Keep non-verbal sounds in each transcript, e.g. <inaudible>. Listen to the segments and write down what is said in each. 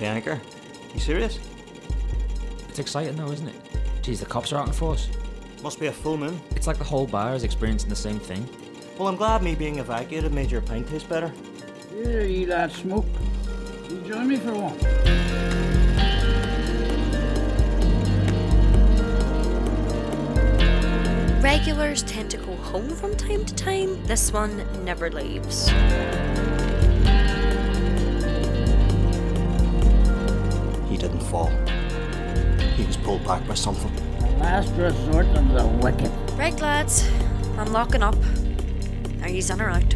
The anchor? You serious? It's exciting though, isn't it? Geez, the cops are out in force. Must be a full moon. It's like the whole bar is experiencing the same thing. Well, I'm glad me being evacuated made your pint taste better. Here, you lad smoke. You join me for one. Regulars tend to go home from time to time. This one never leaves. He didn't fall. He was pulled back by something. Last resort of the wicked. Right, lads, I'm locking up. Are you in or out?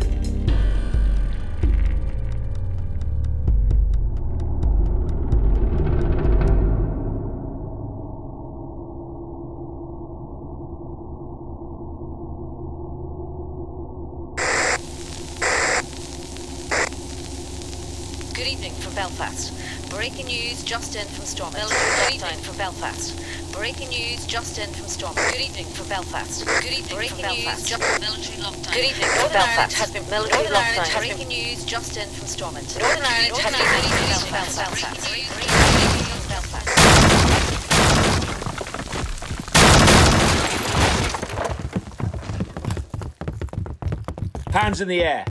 Good evening from Belfast. Breaking news just in from Storm. Good evening from Belfast. Breaking news just in from Storm. Good evening from Belfast. Good evening Breaking from Belfast. News just military lockdown. Good evening Northern Belfast. Ireland has been military Northern lockdown. Ireland has been breaking news just in from Stormont. Northern Ireland has been military lockdown. Belfast. Belfast. Hands in the air.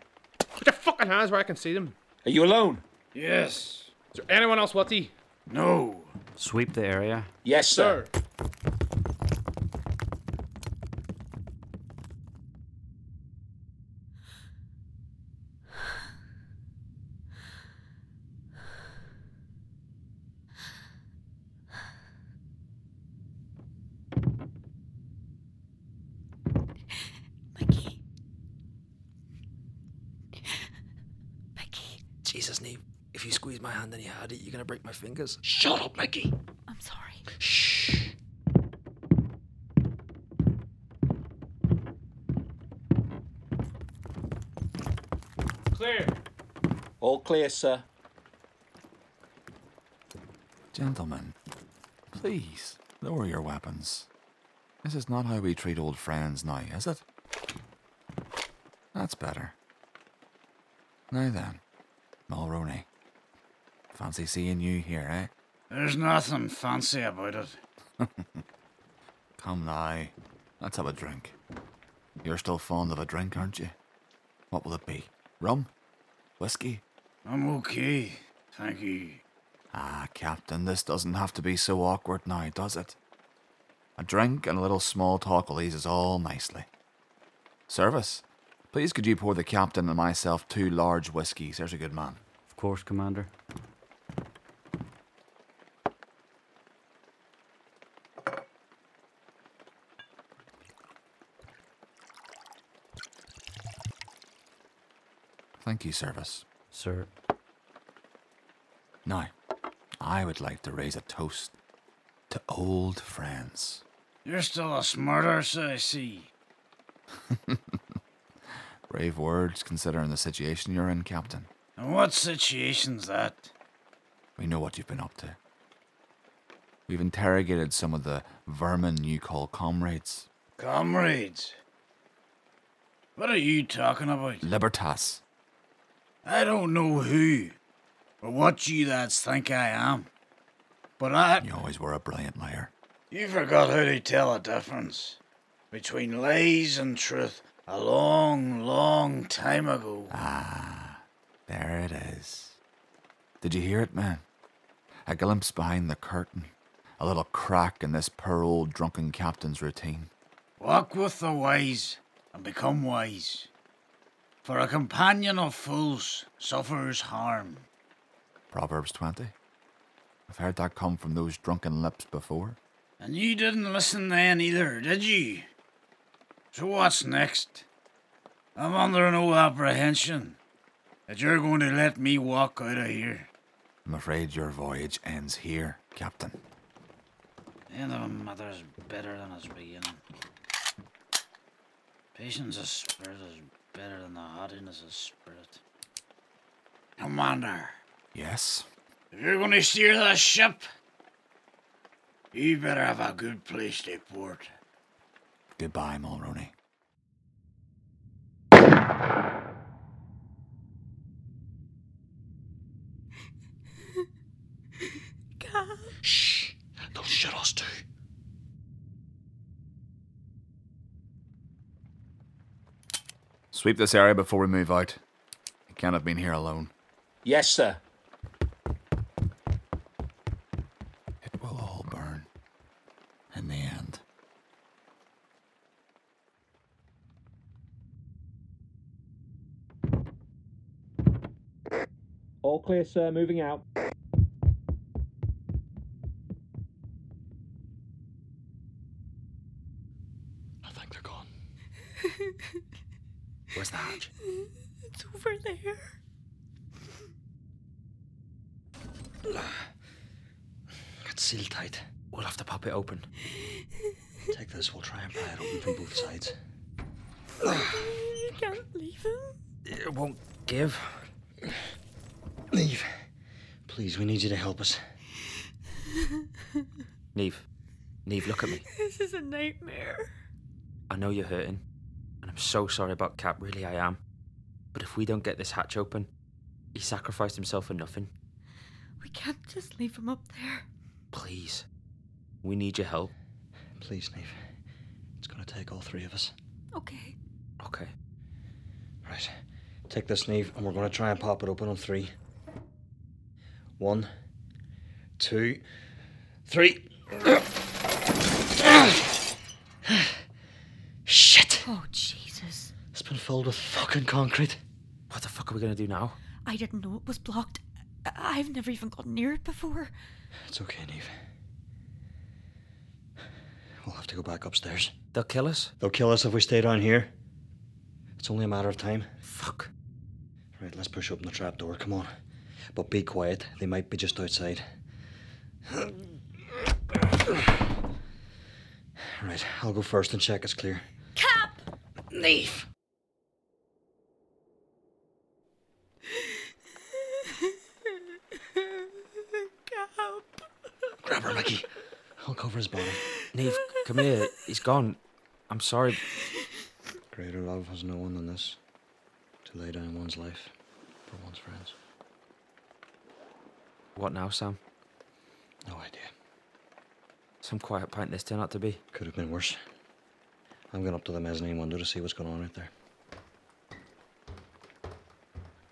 Put your fucking hands where I can see them. Are you alone? Yes. Is there anyone else, Watty? No. Sweep the area. Yes, sir. Mickey. Mickey, Jesus, Neve, if you squeeze my hand and you had it, you're gonna break my fingers. Shut up, Mickey. I'm sorry. Clear. All clear, sir. Gentlemen, please lower your weapons. This is not how we treat old friends now, is it? That's better. Now then, Mulroney. Fancy seeing you here, eh? There's nothing fancy about it. Come now, let's have a drink. You're still fond of a drink, aren't you? What will it be? Rum? Whiskey? I'm okay. Thank you. Ah, Captain, this doesn't have to be so awkward now, does it? A drink and a little small talk will ease us all nicely. Service, please could you pour the Captain and myself two large whiskies? There's a good man. Of course, Commander. Thank you, Service. Sir, Now, I would like to raise a toast to old friends. You're still a smart arse, I see. Brave words considering the situation you're in, Captain. And what situation's that? We know what you've been up to. We've interrogated some of the vermin you call comrades. Comrades. What are you talking about? Libertas. I don't know who or what you lads think I am. But I. You always were a brilliant liar. You forgot how to tell the difference between lies and truth a long, long time ago. Ah, There it is. Did you hear it, man? A glimpse behind the curtain. A little crack in this poor old drunken captain's routine. Walk with the wise and become wise. For a companion of fools suffers harm. Proverbs 20. I've heard that come from those drunken lips before. And you didn't listen then either, did you? So what's next? I'm under no apprehension that you're going to let me walk out of here. I'm afraid your voyage ends here, Captain. End of a mother's better than its beginning. Patience of spirit is better than the haughtiness of spirit. Commander, Yes? if you're going to steer this ship, you better have a good place to port. Goodbye, Mulroney. shut us to. Sweep this area before we move out. He can't have been here alone. Yes, sir. It will all burn. In the end. All clear, sir. Moving out. I think they're gone. Where's the hatch? It's over there. It's sealed tight. We'll have to pop it <laughs> open. Take this, we'll try and pry it open from both sides. You can't leave him. It won't give. Leave. Please, we need you to help <laughs> us. Neve. Neve, look at me. This is a nightmare. I know you're hurting, and I'm so sorry about Cap, really I am. But if we don't get this hatch open, he sacrificed himself for nothing. We can't just leave him up there. Please. We need your help. Please, Neve. It's gonna take all three of us. Okay. Okay. Right. Take this, Neve, and we're gonna try and pop it open on three. One, two, three. <sighs> Shit! Oh, Jesus. It's been filled with fucking concrete. What the fuck are we gonna do now? I didn't know it was blocked. I- I've never even gotten near it before. It's okay, Neve. We'll have to go back upstairs. They'll kill us? They'll kill us if we stay down here. It's only a matter of time. Fuck. Right, let's push open the trap door. Come on. But be quiet. They might be just outside. Right, I'll go first and check it's clear. Cap! Neve! Cap! Grab her, Mickey. I'll cover his body. Neve, come here. He's gone. I'm sorry. Greater love has no one than this to lay down one's life for one's friends. What now, Sam? No idea. Some quiet pint this turned out to be. Could have been worse. I'm going up to the mezzanine window to see what's going on out there.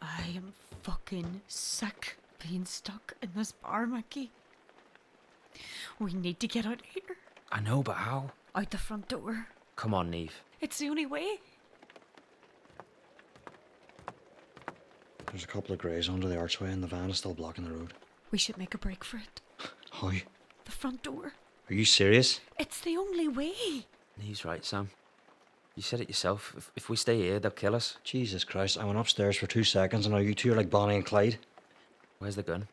I am fucking sick being stuck in this bar, Mickey. We need to get out of here. I know, but how? Out the front door. Come on, Neve. It's the only way. There's a couple of greys under the archway, and the van is still blocking the road. We should make a break for it. How? Are The front door. you serious? It's the only way. Neve's right, Sam. You said it yourself. If, if we stay here, they'll kill us. Jesus Christ, I went upstairs for two seconds, and now you two are like Bonnie and Clyde. Where's the gun?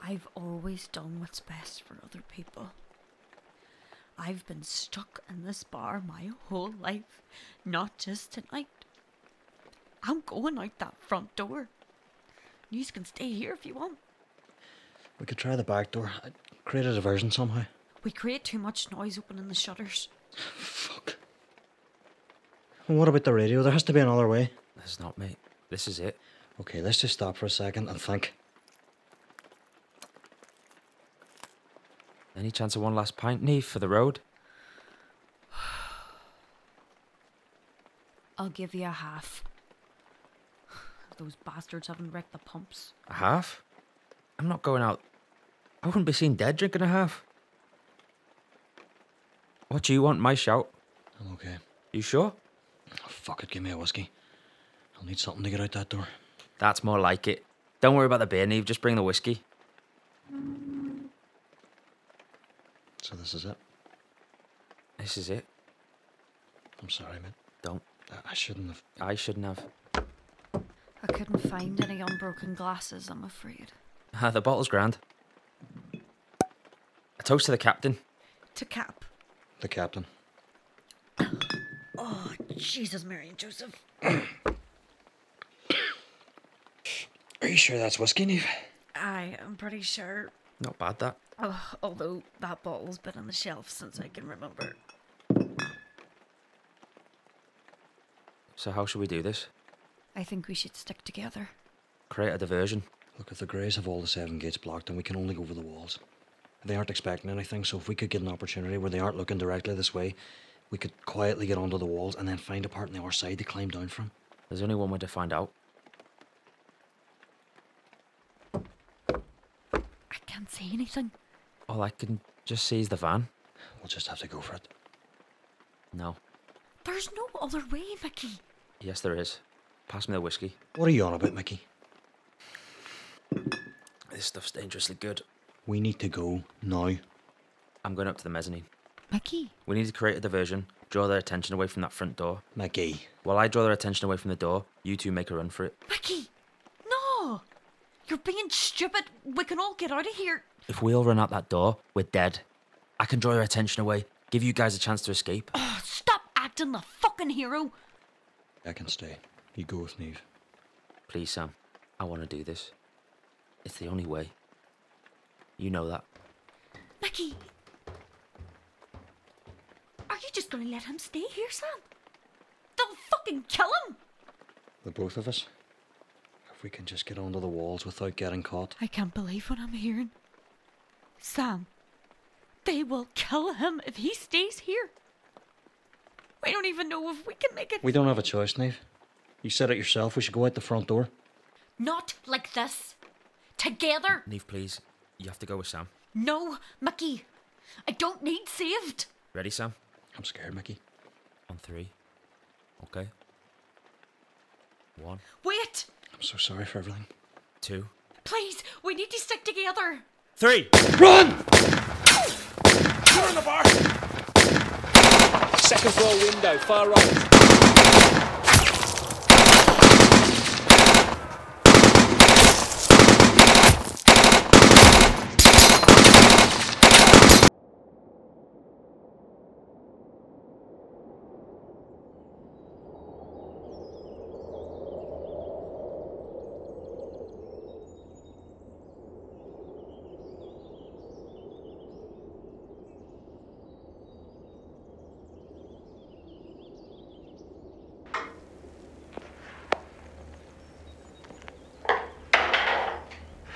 I've always done what's best for other people. I've been stuck in this bar my whole life, not just tonight. I'm going out that front door. You can stay here if you want. We could try the back door. I- Create a diversion somehow. We create too much noise opening the shutters. Fuck. And what about the radio? There has to be another way. That's not, mate. This is it. Okay, let's just stop for a second and think. Any chance of one last pint, Neve, for the road? I'll give you a half. <sighs> Those bastards haven't wrecked the pumps. A half? I'm not going out. I wouldn't be seen dead drinking a half. What do you want, my shout? I'm okay. You sure? Oh, fuck it, give me a whiskey. I'll need something to get out that door. That's more like it. Don't worry about the beer, Neve. Just bring the whiskey. So this is it. This is it. I'm sorry, man. Don't. I, I shouldn't have. I shouldn't have. I couldn't find any unbroken glasses, I'm afraid. Ah, the bottle's grand. A toast to the captain. To cap. The captain. Oh, Jesus, Mary and Joseph. Are you sure that's whiskey, Neve? I am pretty sure Not bad, that. Oh, although that bottle's been on the shelf since I can remember. So, how should we do this? I think we should stick together. Create a diversion. Look, if the Greys have all the seven gates blocked, then we can only go for the walls. They aren't expecting anything, so if we could get an opportunity where they aren't looking directly this way, we could quietly get onto the walls and then find a part on the other side to climb down from. There's only one way to find out. I can't see anything. All I can just see is the van. We'll just have to go for it. No. There's no other way, Mickey. Yes, there is. Pass me the whiskey. What are you on about, Mickey? This stuff's dangerously good. We need to go now. I'm going up to the mezzanine. Mickey. We need to create a diversion, draw their attention away from that front door. Mickey. While I draw their attention away from the door, you two make a run for it. Mickey! No! You're being stupid. We can all get out of here. If we all run out that door, we're dead. I can draw their attention away, give you guys a chance to escape. Oh, stop acting the fucking hero. I can stay. You go with Neve. Please, Sam. I want to do this. It's the only way. You know that. Mickey. Are you just gonna let him stay here, Sam? They'll fucking kill him! The both of us. If we can just get onto the walls without getting caught. I can't believe what I'm hearing. Sam, they will kill him if he stays here. We don't even know if we can make it. We don't have a choice, Neve. You said it yourself. We should go out the front door. Not like this. Together. Neve, please. You have to go with Sam. No, Mickey. I don't need saved. Ready, Sam? I'm scared, Mickey. On three. Okay. One, Wait. I'm so sorry for everything. two, Please, we need to stick together. three! Run! You're on the bar! Second floor window, far right.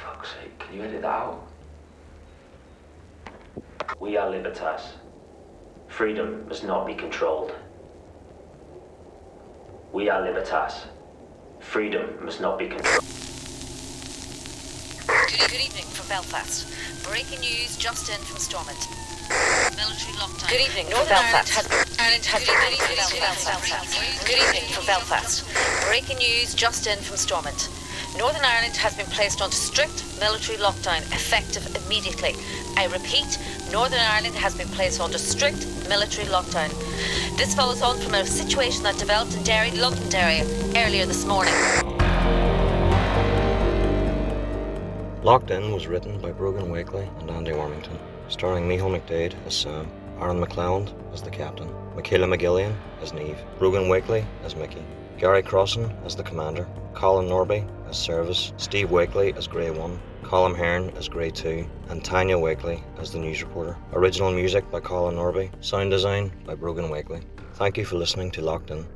Fuck's sake, can you edit that out? We are libertas. Freedom must not be controlled. We are libertas. Freedom must not be controlled. Good, good evening from Belfast. Breaking news just in from Stormont. Military lockdown. Good evening Northern from Belfast. Ireland has, Ireland has Good evening from been released from Belfast. Good evening from Belfast. Breaking news just in from Stormont. Northern Ireland has been placed on strict military lockdown effective immediately. I repeat, Northern Ireland has been placed under strict military lockdown. This follows on from a situation that developed in Derry, Londonderry, earlier this morning. Locked In was written by Brogan Wakely and Andy Warmington, starring Michael McDade as Sam, uh, Aaron McClelland as the captain, Michaela McGillian as Neve, Brogan Wakely as Mickey, Gary Crossan as the commander, Colin Norby as Service, Steve Wakely as Grey 1, Colin Hearn as Grey 2, and Tanya Wakely as the news reporter. Original music by Colin Norby, sound design by Brogan Wakely. Thank you for listening to Locked In.